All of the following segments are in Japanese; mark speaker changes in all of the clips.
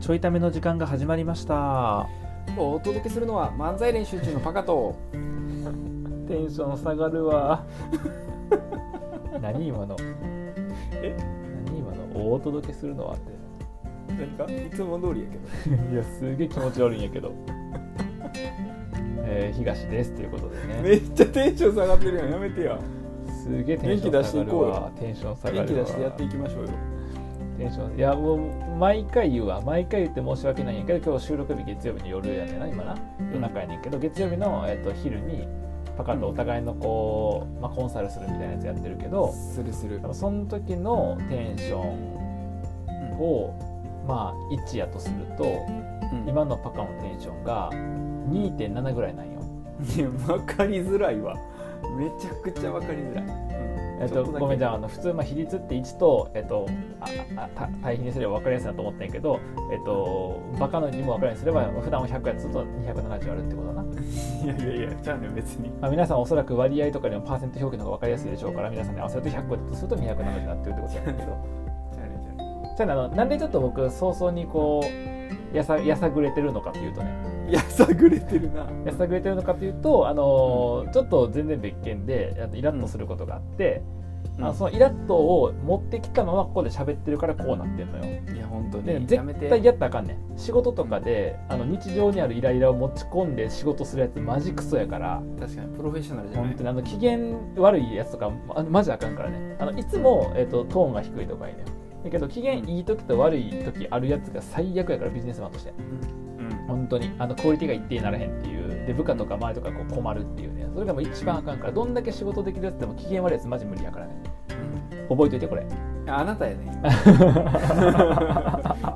Speaker 1: ちょいための時間が始まりました
Speaker 2: お届けするのは漫才練習中のパカと
Speaker 1: テンション下がるわ 何今の
Speaker 2: え
Speaker 1: 何今のお届けするのはって
Speaker 2: 何かいつも通りやけど
Speaker 1: いやすげえ気持ち悪いんやけど えー、東ですということでね
Speaker 2: めっちゃテンション下がってるやんやめてや
Speaker 1: すげえテンション下がるわテンション下が
Speaker 2: 元気
Speaker 1: るわ
Speaker 2: 出してやっていきましょうよ
Speaker 1: テンションいやもう毎回言うわ毎回言って申し訳ないんやけど今日収録日月曜日の夜やねんな今な夜中やねんけど月曜日の、えっと昼にパカとお互いのこう、まあ、コンサルするみたいなやつやってるけど
Speaker 2: するする
Speaker 1: だからその時のテンションをまあ1やとすると今のパカのテンションが2.7ぐらいなんよ。
Speaker 2: いや分かりづらいわめちゃくちゃ分かりづらい、
Speaker 1: えっと、ごめんじ
Speaker 2: じ
Speaker 1: ゃ
Speaker 2: ゃ
Speaker 1: ああの普通、まあ、比率って1と、えっと、ああた対比にすれば分かりやすいなと思ったんやけど、えっと、バカのにも分かりやすくすれば普段は100やつと270あるってことだな、
Speaker 2: いやいやいやじゃあね別に
Speaker 1: まあ、皆さんおそらく割合とかでもパーセント表記の方が分かりやすいでしょうから皆さんに合わせると100個だとすると270になってるってことだけど
Speaker 2: じゃあねじゃ
Speaker 1: じゃあねあのなんでちょっと僕早々にこうやさやさぐれてるのかっていうとね
Speaker 2: あねやさぐれてるな
Speaker 1: やさぐれてるのかというと、あのーちょっと全然別件であのイラッとすることがあって、
Speaker 2: うん
Speaker 1: あのそのイラッとを持ってきたままここで喋ってるからこうなってんのよ。
Speaker 2: いや本当
Speaker 1: で
Speaker 2: にやめ
Speaker 1: 絶
Speaker 2: て
Speaker 1: 対やったらあかんねん仕事とかであの日常にあるイライラを持ち込んで仕事するやつマジクソやから
Speaker 2: 確かにプロフェッショナルじゃな
Speaker 1: 本
Speaker 2: い
Speaker 1: 当にあの機嫌悪いやつとかあのマジあかんからねあのいつも、えっとトーンが低いとかいいねだけど機嫌いい時と悪い時あるやつが最悪やからビジネスマンとして
Speaker 2: うん
Speaker 1: 本当にあのクオリティが一定にならへんっていうで部下とか周りとかこう困るっていうねそれがもう一番あかんからどんだけ仕事できるやつでも機嫌悪いやつマジ無理やからね覚えといてこれ
Speaker 2: うんああなた やね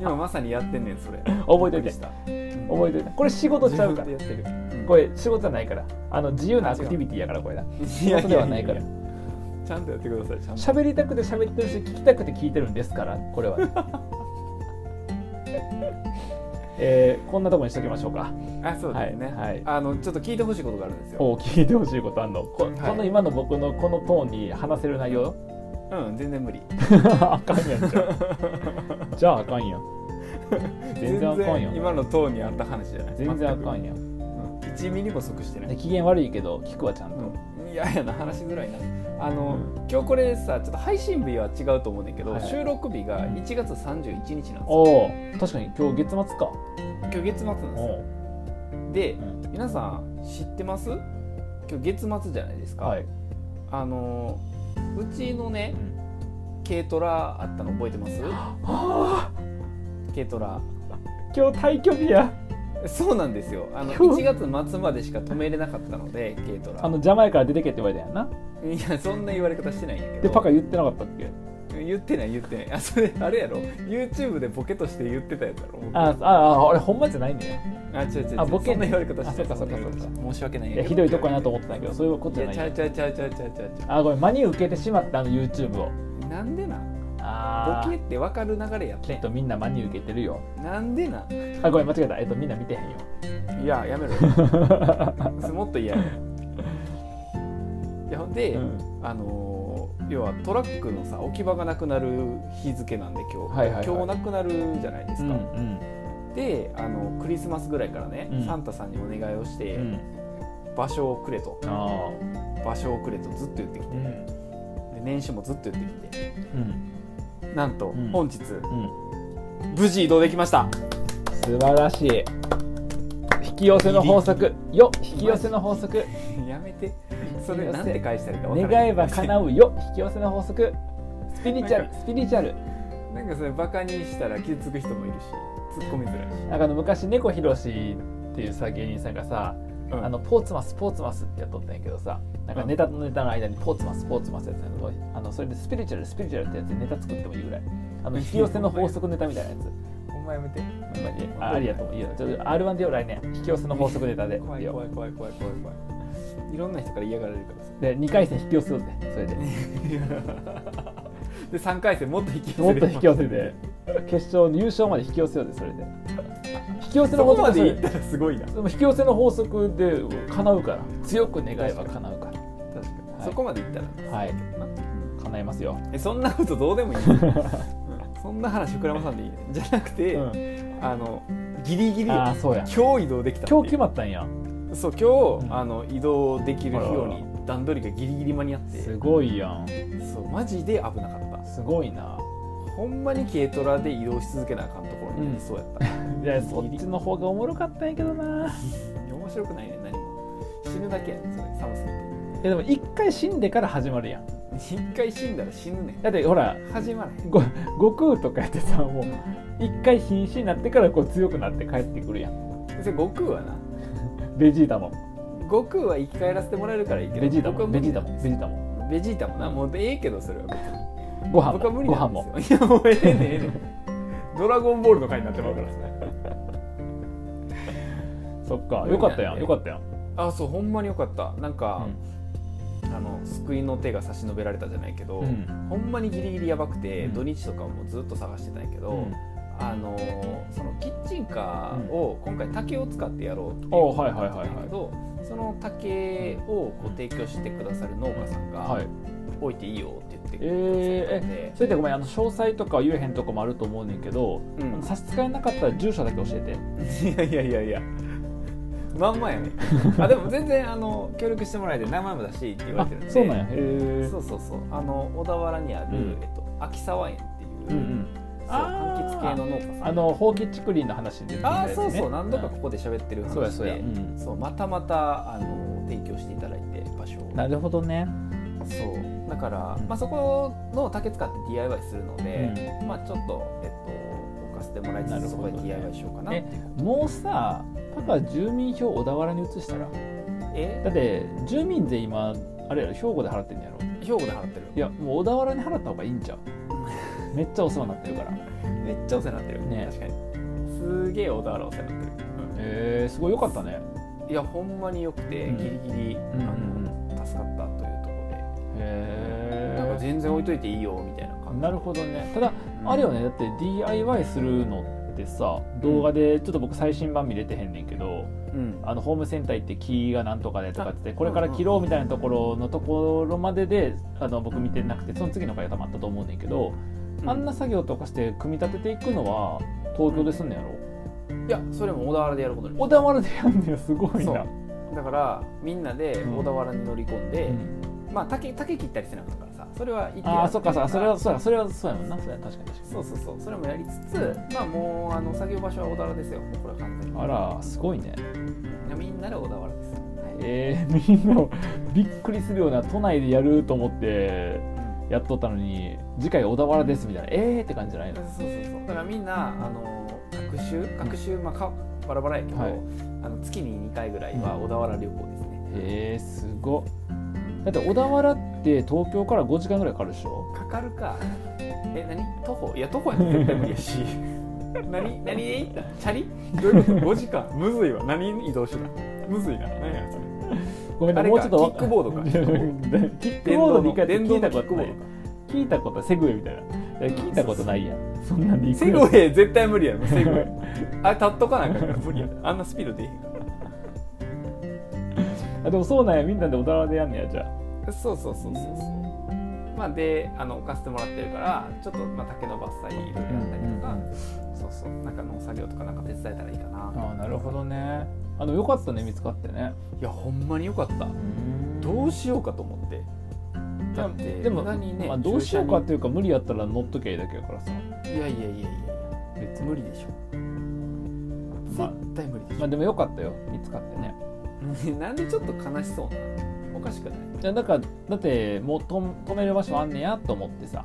Speaker 2: 今まさにやってんねんそれ
Speaker 1: 覚えといて
Speaker 2: した覚
Speaker 1: 覚えといてこれ仕事ちゃうから
Speaker 2: でやってる
Speaker 1: これ仕事じゃないからあの自由なアクティビティやからこれだ
Speaker 2: いや
Speaker 1: 仕事ではないから
Speaker 2: ややちゃんとやってくださいちゃんと
Speaker 1: 喋りたくて喋ってるし聞きたくて聞いてるんですからこれ は、えーこんなとこにしときましょうか
Speaker 2: あそうですね、
Speaker 1: はいはい
Speaker 2: あのちょっと聞いてほしいことがあるんですよ
Speaker 1: お聞いてほしいことあんのこ,、
Speaker 2: い
Speaker 1: この今の僕のこのトーンに話せる内容
Speaker 2: うん全然無理
Speaker 1: あかんやんじゃ あじゃああかんやん全然あかんやん
Speaker 2: 今のトーンにあった話じゃない
Speaker 1: 全然あかん
Speaker 2: や、
Speaker 1: やん
Speaker 2: うん、1ミリも即してない
Speaker 1: で機嫌悪いけど聞くわちゃんと、
Speaker 2: うん、いやいやな話しづらいなあの、今日これさちょっと配信日は違うと思うねんだけど、
Speaker 1: はい
Speaker 2: 収録日が1月31日なんですよ
Speaker 1: おお確かに今日月末か
Speaker 2: 今日月末なんです
Speaker 1: お
Speaker 2: よ
Speaker 1: う
Speaker 2: で
Speaker 1: うん
Speaker 2: 皆さん知ってます今日月末じゃないですか、
Speaker 1: はい、
Speaker 2: あのうちのね
Speaker 1: うん
Speaker 2: 軽トラあったの覚えてます軽トラ
Speaker 1: 今日退去日や
Speaker 2: そうなんですよ あの1月末までしか止めれなかったので軽ト
Speaker 1: あ
Speaker 2: ラ
Speaker 1: の邪魔やから出てけって言われたやんない
Speaker 2: やそんな言われ方してないんやけど
Speaker 1: でパカ言ってなかったっけ
Speaker 2: 言ってない言ってないあそれあれやろ YouTube でボケとして言ってたやつやろ
Speaker 1: ああああれほんまじゃないんだよ
Speaker 2: あ違う違う違う
Speaker 1: あボケ
Speaker 2: そんな言われ方して
Speaker 1: あそっかそっかそっか
Speaker 2: んな言われ方申し訳ないん
Speaker 1: い
Speaker 2: や
Speaker 1: や
Speaker 2: けど
Speaker 1: ひどいとこやなと思ってたんやけどそういうこと
Speaker 2: い
Speaker 1: じゃ
Speaker 2: や
Speaker 1: ない
Speaker 2: ちゃうちゃうちゃうちゃうちゃうちゃうちゃ
Speaker 1: あごめん真に受けてしまったあの YouTube を
Speaker 2: うなんでな
Speaker 1: あ
Speaker 2: ボケ
Speaker 1: ー
Speaker 2: って分かる流れやっ
Speaker 1: き
Speaker 2: て
Speaker 1: っとみんな真に受けてるよ
Speaker 2: なんでな
Speaker 1: あごめん間違えたえっとみんな見てへんよ
Speaker 2: いやや めろもっと嫌やいやほんで、
Speaker 1: うん
Speaker 2: あのー要はトラックのさ置き場がなくなる日付なんで今日、
Speaker 1: はいはいはい
Speaker 2: 今日なくなるじゃないです
Speaker 1: う
Speaker 2: か、
Speaker 1: ん
Speaker 2: であのクリスマスぐらいからね、
Speaker 1: うん
Speaker 2: サンタさんにお願いをして、
Speaker 1: うん
Speaker 2: 場所をくれと
Speaker 1: ああ
Speaker 2: 場所をくれとずっと言ってきて
Speaker 1: う
Speaker 2: で
Speaker 1: ん
Speaker 2: 年始もずっと言ってきて
Speaker 1: うん
Speaker 2: なん
Speaker 1: う
Speaker 2: と、
Speaker 1: ん
Speaker 2: 本日
Speaker 1: うん
Speaker 2: 無事移動できました
Speaker 1: 素晴らしい引き寄せの法則よ引き寄せの法則
Speaker 2: やめてそ
Speaker 1: すい
Speaker 2: れ
Speaker 1: ません
Speaker 2: なんて返したらいいか分から
Speaker 1: 願えば
Speaker 2: う
Speaker 1: 叶うよ引き寄せの法則スピリチュアルスピリチュアル
Speaker 2: なんかそれバカにしたら傷つく人もいるし突っ込みづらいし、
Speaker 1: なんかあの昔猫ひろしっていうさ芸人さんがさ
Speaker 2: うん
Speaker 1: あのポーツマスポーツマスってやっとったんやけどさなんかネタとネタの間にポーツマスポーツマスってやつやのあのそれでスピリチュアルスピリチュアルってやつでネタ作ってもいいぐらいあの引き寄せの法則ネタみたいなやつ
Speaker 2: お前やめて
Speaker 1: ほんまにあありやと思ういいよちょっと R1 でよ来年引き寄せの法則ネタで
Speaker 2: 怖い
Speaker 1: よ
Speaker 2: 怖い怖い怖い怖い怖いいろんな人から嫌がられるからさ
Speaker 1: で2回戦引き寄せようぜそれで
Speaker 2: で3回戦もっと引き寄せ
Speaker 1: もっと引き寄
Speaker 2: せ
Speaker 1: せて決勝優勝まで引き寄せようぜそれで引き寄せの
Speaker 2: そこ
Speaker 1: 法
Speaker 2: ま
Speaker 1: 則で
Speaker 2: でいったらすごいな
Speaker 1: でも引き寄せの法則で叶うから強く願えば叶うか
Speaker 2: 確かに
Speaker 1: はい
Speaker 2: そこまでいったら
Speaker 1: らはい
Speaker 2: な
Speaker 1: 叶えますよ
Speaker 2: えそんなことどうでもいい、うんそんな話膨らまさんでいいねじゃなくて、
Speaker 1: うん、
Speaker 2: あのギリギリ
Speaker 1: ああそうや
Speaker 2: 今日移動できたってい
Speaker 1: 今
Speaker 2: う
Speaker 1: 日決まったんや
Speaker 2: そう今日、
Speaker 1: うん
Speaker 2: あの移動できるよう
Speaker 1: あら
Speaker 2: に段取りがギリギリ間に合って
Speaker 1: すごいやん
Speaker 2: そうマジで危なかった
Speaker 1: すごいな
Speaker 2: ほんまに軽トラで移動し続けなあかんところに、
Speaker 1: うん
Speaker 2: そうやった
Speaker 1: いやそっちの方がおもろかったんやけどない
Speaker 2: や面白くないね何も死ぬだけやんそれ寒す
Speaker 1: いやでも一回死んでから始まるやん
Speaker 2: ぎて一回死んだら死ぬねん
Speaker 1: だってほら
Speaker 2: 始まらへん
Speaker 1: ご悟空とかやってさもう一回瀕死になってからこう強くなって帰ってくるやん
Speaker 2: それ悟空はな
Speaker 1: ベジータも
Speaker 2: 悟空は生き返らせてもらえるからいいけど
Speaker 1: ベジータ
Speaker 2: 僕は
Speaker 1: も
Speaker 2: 無
Speaker 1: ベジ
Speaker 2: 理
Speaker 1: ータ
Speaker 2: だ
Speaker 1: もベジータも
Speaker 2: ベジータもなもうええけどそれは別に
Speaker 1: ご飯
Speaker 2: 僕は
Speaker 1: も
Speaker 2: 無
Speaker 1: ご
Speaker 2: 理な
Speaker 1: 飯
Speaker 2: ん
Speaker 1: も
Speaker 2: ですよいやもうええねんええね んドラゴンボールの回になってまうから
Speaker 1: そっかよかったやんよかったやん
Speaker 2: あそうほんまによかったなんか、あの救いの手が差し伸べられたじゃないけど、
Speaker 1: うん
Speaker 2: ほんまにギリギリやばくて、
Speaker 1: うん
Speaker 2: 土日とかもずっと探してたんやけど、
Speaker 1: うん
Speaker 2: あのーそのキッチンカーを今回竹を使ってやろうっていう
Speaker 1: おう
Speaker 2: こと
Speaker 1: はい
Speaker 2: に
Speaker 1: はい
Speaker 2: なった
Speaker 1: はいはい
Speaker 2: んやけどその竹をこう提供してくださる農家さんが
Speaker 1: はい
Speaker 2: 「置いていいよ」って言ってくれたん
Speaker 1: えー、え
Speaker 2: で、
Speaker 1: それでごめんあの詳細とか言えへんとこもあると思うねんけど、
Speaker 2: うん
Speaker 1: 差し支えなかったら住所だけ教えて
Speaker 2: いやいやいやいやまんまやねあでも全然あの協力してもらえて名前も出していいって言われてるんで
Speaker 1: そうなんやへえ
Speaker 2: そうそうそうあの小田原にある、
Speaker 1: うん
Speaker 2: えっと、秋沢園っていう,、
Speaker 1: うんうん
Speaker 2: そう
Speaker 1: あー
Speaker 2: 柑橘系の農家さん
Speaker 1: あのほうき竹林の話で出てきたや
Speaker 2: あ
Speaker 1: つ
Speaker 2: ー
Speaker 1: ね
Speaker 2: そうそう何度かここで喋ってる
Speaker 1: そうや
Speaker 2: 話
Speaker 1: そうや、う
Speaker 2: で
Speaker 1: ん、
Speaker 2: そうまたまたあの提供していただいて場所を
Speaker 1: なるほどね、
Speaker 2: そうだから、
Speaker 1: うん
Speaker 2: まあ、そこの竹使って DIY するので、まあちょっとえっと置かせてもらいつ
Speaker 1: なる
Speaker 2: つ、そ
Speaker 1: ほ
Speaker 2: こ
Speaker 1: どね
Speaker 2: で DIY しようかな
Speaker 1: えもうさパパ住民票小田原に移したら
Speaker 2: え
Speaker 1: だって住民税今あれやろ兵庫で払ってんやろ
Speaker 2: 兵庫で払ってる
Speaker 1: いやもう小田原に払った方がいいんちゃうめっちゃお世話になってるから
Speaker 2: めっちゃお世話になってる、
Speaker 1: ね
Speaker 2: 確かにすげえ小田原お世話になってる、
Speaker 1: えー、すごいよかったね
Speaker 2: いやほんまによくて、
Speaker 1: うん
Speaker 2: ギリギリ、
Speaker 1: ん
Speaker 2: あの助かったというところで
Speaker 1: へ
Speaker 2: なんか
Speaker 1: え
Speaker 2: 全然置いといていいよみたいな感じ
Speaker 1: なるほどねただあれよねだって DIY するのってさ動画でちょっと僕最新版見れてへんねんけど
Speaker 2: うん
Speaker 1: あのホームセンター行って木がなんとかでとかってこれから切ろうみたいなところのところまでであの僕見てなくてその次の回がたまったと思うねんけどあんな作業とかして組み立てていくのは東京ですんのやろ
Speaker 2: いやそれも小田原でやることに
Speaker 1: 小田原でやんのよすごい
Speaker 2: そ
Speaker 1: な
Speaker 2: うだからみんなで
Speaker 1: うん
Speaker 2: 小田原に乗り込んで、
Speaker 1: うん
Speaker 2: まあ竹竹切ったりしてなかったからさそれは行って
Speaker 1: ああそっか
Speaker 2: さ
Speaker 1: さそれはそうやそれはそうやもんなそうや確かに確か
Speaker 2: そうそうそうそれもやりつつまあもうあの作業場所は小田原ですよもうこれは完全に
Speaker 1: にあらすごいね
Speaker 2: いやみんなで小田原です、はい
Speaker 1: えー、み んなびっくりするような都内でやると思ってやっとったのに次回小田原ですみたいなえーって感じじゃないの
Speaker 2: そうそうそうだからみんなあの学習学習まあかバラバラやけど、
Speaker 1: はい
Speaker 2: あの月に2回ぐらいは小田原旅行ですね、
Speaker 1: えー、すごっだって小田原って東京から5時間ぐらいかかるでしょ
Speaker 2: かかるかえ何徒歩いや徒歩やったら絶対無理やし 何何で行ったチャリどういうこと5時間むずいわ何移動手段むずいな何やそれ
Speaker 1: ごめんね
Speaker 2: あれ
Speaker 1: も
Speaker 2: か
Speaker 1: うちょっとわ
Speaker 2: キックボードか
Speaker 1: キック
Speaker 2: 電
Speaker 1: ボー
Speaker 2: 動
Speaker 1: ドで
Speaker 2: の
Speaker 1: 一回やって
Speaker 2: 電動
Speaker 1: 聞い
Speaker 2: の
Speaker 1: た
Speaker 2: キ
Speaker 1: こ
Speaker 2: ッ
Speaker 1: と
Speaker 2: クボ
Speaker 1: な
Speaker 2: ー
Speaker 1: い
Speaker 2: ドか
Speaker 1: 聞いたことセグウェイみたいなだから聞いたことないやんそんなんで行く
Speaker 2: セグウ
Speaker 1: や
Speaker 2: ェイ絶対無理や ろセグウ
Speaker 1: つ
Speaker 2: ェイあれ立っとかなあかんから無理やあんなスピードでいい
Speaker 1: あでもそうなんやみんなで小田原でやんねやじゃあ
Speaker 2: そうそうそうそうそうまあであの置かせてもらってるからちょっと、まあ、竹の伐採いろいろやったりとか、
Speaker 1: うん
Speaker 2: そうそうなんか農作業とかなんか手伝えたらいいかな
Speaker 1: ああなるほどねあのよかったね見つかってね
Speaker 2: いやほんまによかったどうしようかと思ってだって
Speaker 1: でも、
Speaker 2: 裏にね
Speaker 1: まあ、どうしようか
Speaker 2: 駐
Speaker 1: というか無理やったら乗っときゃいいだけやからさ
Speaker 2: 車にいやいやいやいやい
Speaker 1: 別
Speaker 2: や
Speaker 1: に、
Speaker 2: 無理でしょ
Speaker 1: まあ
Speaker 2: 絶対無理でし
Speaker 1: ま
Speaker 2: ょ
Speaker 1: あ、でもよかったよ見つかってね
Speaker 2: なんでちょっと悲しそうなのおかしくない
Speaker 1: いやだからだってもうと止める場所あんねやと思ってさ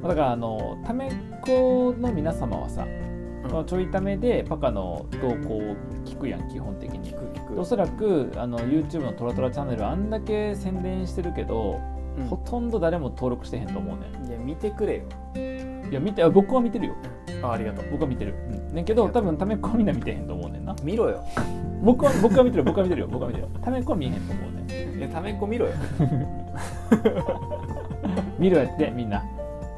Speaker 1: まあだからあのためっ子の皆様はさ、まあちょいためでパカの動向を聞くやん基本的に
Speaker 2: 聞く聞く
Speaker 1: おそらくあの YouTube のトラトラチャンネルあんだけ宣伝してるけど、
Speaker 2: うん
Speaker 1: ほとんど誰も登録してへんと思うね
Speaker 2: いや見てくれよ
Speaker 1: んいや見てあ僕は見てるよ
Speaker 2: あありがとう
Speaker 1: 僕は見てる、ねんけど多分ためっ子はみんな見てへんと思うねんな
Speaker 2: 見ろよ
Speaker 1: 僕は僕は見てる僕は見てるよ僕は見てるよためっ子は見えへんと思うね
Speaker 2: いやためっこ見ろよ
Speaker 1: 見ろやってみんな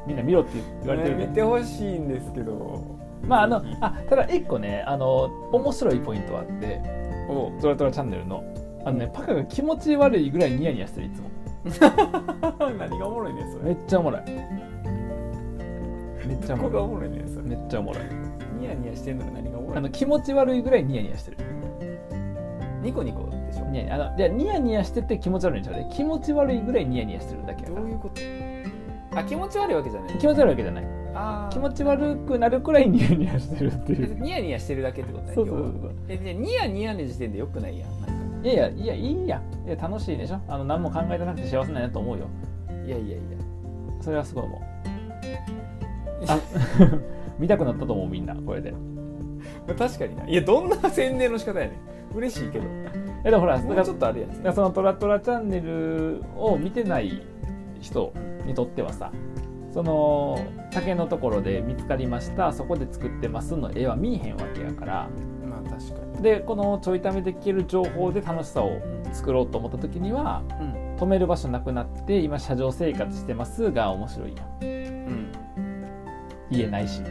Speaker 1: みんな見ろって言われてるね
Speaker 2: ね見てほしいんですけど
Speaker 1: まああのあただ一個ねあの面白いポイントはあって
Speaker 2: お
Speaker 1: トラトラチャンネルのあのねパカが気持ち悪いぐらいニヤニヤしてるいつも
Speaker 2: 何がおもろいねんそ
Speaker 1: め
Speaker 2: れ
Speaker 1: っちゃおもろいめっちゃお
Speaker 2: こ
Speaker 1: も
Speaker 2: こ
Speaker 1: ろ
Speaker 2: が
Speaker 1: い
Speaker 2: おもろいねそれ
Speaker 1: めっちゃおもろい
Speaker 2: ニヤニヤしてんのが何がおもろ
Speaker 1: あ
Speaker 2: い
Speaker 1: の気持ち悪いぐらいニヤニヤしてる
Speaker 2: ニコニコでしょ
Speaker 1: ニヤニヤあのいやニヤニヤしてて気持ち悪いんじゃない気持ち悪いぐらいニヤニヤしてるだけや
Speaker 2: ど
Speaker 1: から
Speaker 2: ういうことあ気持ち悪いわけじゃない
Speaker 1: 気持ち悪いわけじゃない
Speaker 2: あー
Speaker 1: 気持ち悪くなるくらいニヤニヤしてるってい
Speaker 2: え
Speaker 1: う
Speaker 2: ニヤニヤしてるだけってことだ
Speaker 1: そ
Speaker 2: よ
Speaker 1: うそうそうそう
Speaker 2: えじゃあニヤニヤの時点でよくないやんなん
Speaker 1: いやいやいやいいやいや楽しいでしょあの何も考えてなくて幸せなんやと思うよ
Speaker 2: かいやいやいや
Speaker 1: それはすごい思うあ見たくなったと思うみんなこれで
Speaker 2: 確かにないやどんな宣伝の仕方やねん嬉しいけど
Speaker 1: えでもほらだか
Speaker 2: も
Speaker 1: ら
Speaker 2: うちょっとあるや
Speaker 1: だから
Speaker 2: つ
Speaker 1: そのトラトラチャンネルを見てない人にとってはさその竹のところで見つかりましたそこで作ってますの絵は見えへんわけやから
Speaker 2: まあ確かに
Speaker 1: でこのちょいためで聞ける情報で楽しさを作ろうと思った時には
Speaker 2: うん
Speaker 1: 止める場所なくなって今車上生活してますが面白いやん
Speaker 2: うん
Speaker 1: 言えないし
Speaker 2: うんい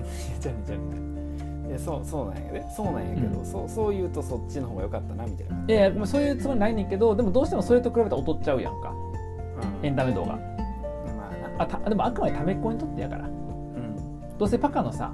Speaker 2: やじゃあねじゃあねいやそうそうなんやでそうなんやけど、
Speaker 1: うん
Speaker 2: そうそう言うとそっちの方が良かったなみたいな、
Speaker 1: いやいやまあそういうつもりないねんけどでもどうしてもそれと比べたら劣っちゃうやんか
Speaker 2: うん
Speaker 1: エンタメ動画
Speaker 2: まあな
Speaker 1: あたでもあくまでためっ子にとってやから
Speaker 2: うん
Speaker 1: どうせパカのさ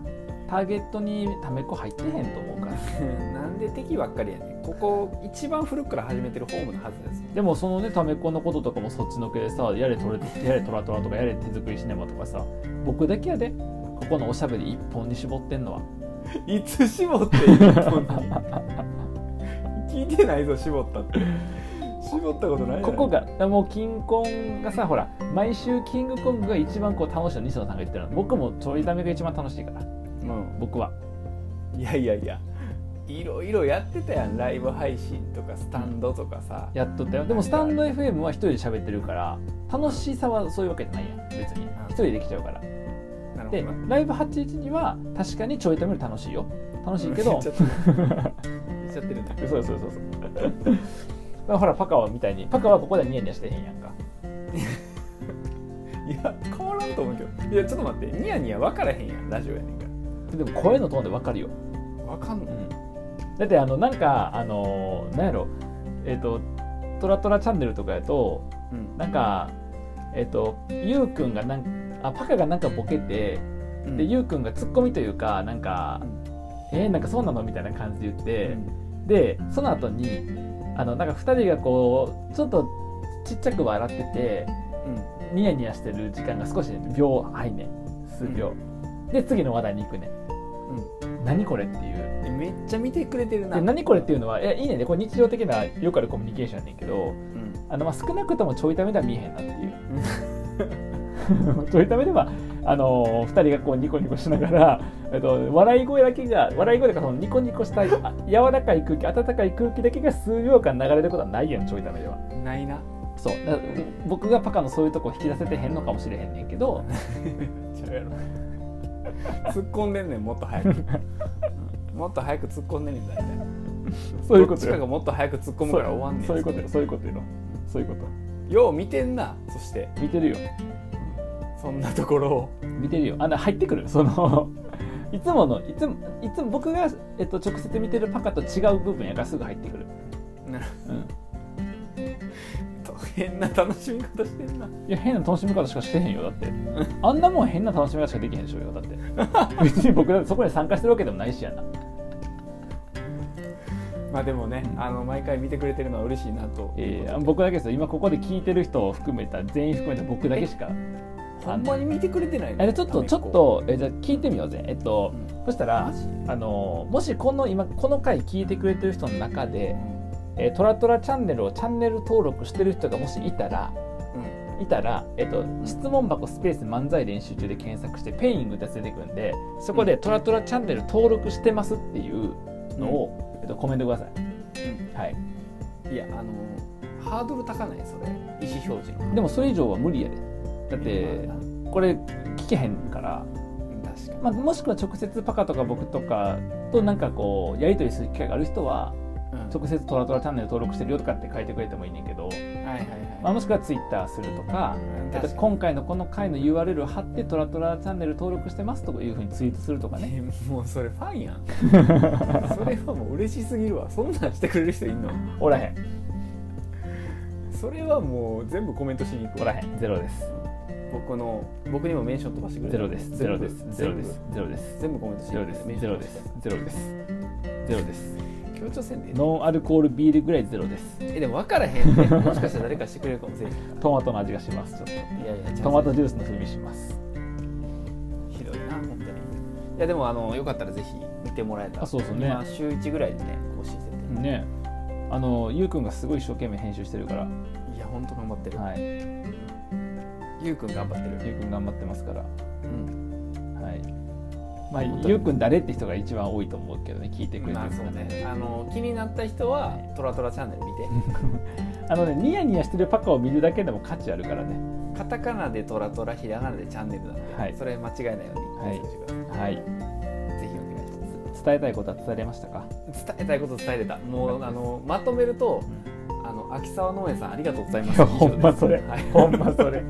Speaker 1: ターゲットにためっ子入ってへんと思うから
Speaker 2: なん で敵ばっかりやねんここ一番古くから始めてるホームのはずです
Speaker 1: でもそのねためっ子のこととかもそっちのけでさやれトレやれトラトラとかやれ手作りシネマとかさ僕だけやでここのおしゃべり一本に絞ってんのは
Speaker 2: いつ絞っていいの聞いてないぞ絞ったって絞ったことないじゃない
Speaker 1: ここがもうキングコングがさほら毎週キングコングが一番こう楽しいの西野さんが言ってるの僕もちょいためが一番楽しいから
Speaker 2: うん
Speaker 1: 僕はい
Speaker 2: やいやいやいろいろやってたやんライブ配信とかスタンドとかさ
Speaker 1: やっとったよでもスタンド FM は一人で喋ってるから楽しさはそういうわけじゃないやん別に一人できちゃうから
Speaker 2: なるほど
Speaker 1: で
Speaker 2: な
Speaker 1: ライブ81には確かにちょいためより楽しいよ楽しいけ
Speaker 2: 言
Speaker 1: ど
Speaker 2: っちゃ
Speaker 1: そ
Speaker 2: ってる言っちゃって るんだ
Speaker 1: うそうそうそう まあほらパカはみたいにパカはここでニヤニヤしてへんやんか
Speaker 2: いや変わらんと思うけどいやちょっと待ってニヤニヤ分からへんやんラジオやねん
Speaker 1: で
Speaker 2: か
Speaker 1: も声のトーンでわかるよ、
Speaker 2: ら分かん
Speaker 1: う
Speaker 2: の
Speaker 1: ん、だってあのなんかあのなんやろえっ、とトラトラチャンネルとかやと
Speaker 2: うん
Speaker 1: なんかえっ、とゆうくんがなんあパカがなんかボケて
Speaker 2: うん
Speaker 1: でゆうくんがツッコミというかなんか
Speaker 2: う
Speaker 1: 「えーなんかそうなの?」みたいな感じで言って、
Speaker 2: うん
Speaker 1: でその後にあのなんか2人がこうちょっとちっちゃく笑っててニヤニヤしてる時間が少し秒はいね数秒、で次の話題に行くね
Speaker 2: うん
Speaker 1: 何これっていう
Speaker 2: うんめっちゃ見てくれてるな
Speaker 1: で何これっていうのはいやいいねんねこれ日常的なよくあるコミュニケーションやねんけど
Speaker 2: うん
Speaker 1: あのまあ少なくともちょいためでは見えへんなっていうちょいためではあの2人がこうニコニコしながら、えっと、笑い声だけが笑い声とかそのニコニコしたあ柔らかい空気温かい空気だけが数秒間流れることはないやんちょいためでは
Speaker 2: ないな
Speaker 1: そうだから僕がパカのそういうとこ引き出せてへんのかもしれへんねんけど
Speaker 2: ちゃうやろ 突っ込んでんねんもっと早く、うんもっと早く突っ込んでんねん大体
Speaker 1: そういうこと
Speaker 2: どっちかが
Speaker 1: よ
Speaker 2: もっと早く突っ込むから終わんねん
Speaker 1: そういうことよそういうことよそういうこ
Speaker 2: よう見てんなそして
Speaker 1: と見てるよ
Speaker 2: そんなところを
Speaker 1: 見てるよあの入ってくるその いつものいつもいつも僕が、えっと、直接見てるパカと違う部分やからすぐ入ってくる、
Speaker 2: な
Speaker 1: うん、
Speaker 2: と変な楽しみ方してんない
Speaker 1: や変な楽しみ方しかしてへんよだ ってあんなもん変な楽しみ方しかできへんでしょうよだって 別に僕だってそこに参加してるわけでもないしやな
Speaker 2: まあでもね、
Speaker 1: うん
Speaker 2: あの毎回見てくれてるのは嬉しいなと
Speaker 1: えー僕だけですよ今ここで聞いてる人を含めた全員含めた僕だけしか
Speaker 2: ほんまに見てくれてないの
Speaker 1: えちょっとちょっ、とえじゃあ聞いてみようぜえっと、
Speaker 2: うん
Speaker 1: そした
Speaker 2: マ
Speaker 1: ら
Speaker 2: ジ
Speaker 1: あのもしこの今この回聞いてくれてる人の中でえートラトラチャンネルをチャンネル登録してる人がもしいたら
Speaker 2: うん
Speaker 1: いたら、えっと、質問箱スペース漫才練習中で検索してペイングってやつ出てくるんでそこでトラトラチャンネル登録してますっていうのを、えっと、コメントください、はい、
Speaker 2: いやあのハードル高ないそれ意思表示の
Speaker 1: でもそれ以上は無理やでだって
Speaker 2: まあ
Speaker 1: これ聞けへんから、
Speaker 2: な確かに、
Speaker 1: まあ、もしくは直接パカとか僕とかとなんかこうやり取りする機会がある人は
Speaker 2: うん
Speaker 1: 直接トラトラチャンネル登録してるよとかって書いてくれてもいいねんけど、
Speaker 2: はいはいはい、
Speaker 1: まあ、もしくはツイッターするとか
Speaker 2: うん
Speaker 1: えっと
Speaker 2: 確かに
Speaker 1: 今回のこの回の URL を貼ってトラトラチャンネル登録してますとかいうふうにツイートするとかね
Speaker 2: ね もうそれファンやん それはもう嬉しすぎるわそんなんしてくれる人いんの
Speaker 1: おらへん
Speaker 2: それはもう全部コメントしに行く
Speaker 1: おらへんゼロです
Speaker 2: 僕の僕にもメンション飛ばしてくれ
Speaker 1: ゼロですゼロですゼロ
Speaker 2: 全部
Speaker 1: ですゼロです
Speaker 2: 全部コメントして
Speaker 1: ゼロですゼロですゼロですゼロです
Speaker 2: 強調せんでいい
Speaker 1: ノンアルコールビールぐらいゼロです
Speaker 2: えでも分からへんねもしかしたら誰かしてくれるかもしれへんか
Speaker 1: トマトの味がしますちょっ
Speaker 2: らいやいや
Speaker 1: とトマトジュースの風味します
Speaker 2: ひどいな本当にいやでもあのよかったらぜひ見てもらえたら
Speaker 1: あそうそうね
Speaker 2: 今週1ぐらいでね更新してて、
Speaker 1: ねあのゆうくんがすごい一生懸命編集してるから
Speaker 2: いや本当頑張ってる、
Speaker 1: はい
Speaker 2: ゆうくん頑張ってる、
Speaker 1: ゆうくん頑張ってますから
Speaker 2: うん、
Speaker 1: はいまあ
Speaker 2: 本当に
Speaker 1: ゆうくん誰って人が一番多いと思うけどね聞いてくれてる
Speaker 2: まあそうねあの気になった人は「トラトラチャンネル」見て
Speaker 1: あのねニヤニヤしてるパカを見るだけでも価値あるからね
Speaker 2: カタカナでトラトラひらがなでチャンネルなので、
Speaker 1: はい
Speaker 2: それ間違えないように
Speaker 1: はい
Speaker 2: 検索してください、
Speaker 1: はい
Speaker 2: ぜひお願いし
Speaker 1: 伝えたいことは伝えれましたか
Speaker 2: ます伝えたいこと伝えれたも
Speaker 1: よ
Speaker 2: う
Speaker 1: かっ
Speaker 2: あ
Speaker 1: たです
Speaker 2: のまとめるとあの秋沢農園さんありがとうございま
Speaker 1: い
Speaker 2: す
Speaker 1: やほんまそれ
Speaker 2: はい、
Speaker 1: ほんまそれ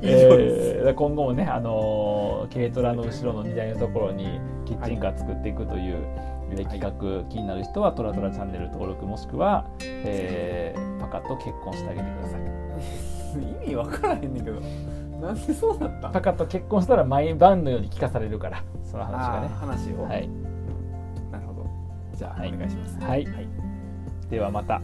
Speaker 2: 以上です、
Speaker 1: えー今後もね、あのー軽トラの後ろの荷台のところにキッチンカー作っていくという、えー
Speaker 2: は
Speaker 1: 企
Speaker 2: い
Speaker 1: 画気になる人は「トラトラチャンネル」登録もしくは、えーパカと結婚してあげてください
Speaker 2: 意味わからへんねんけどなんでそうだった
Speaker 1: パカと結婚したら毎晩のように聞かされるからその話が
Speaker 2: あー
Speaker 1: ね
Speaker 2: 話を、
Speaker 1: はい、
Speaker 2: なるほどじゃあ、
Speaker 1: はい
Speaker 2: お願いします
Speaker 1: はい
Speaker 2: はい
Speaker 1: ではまた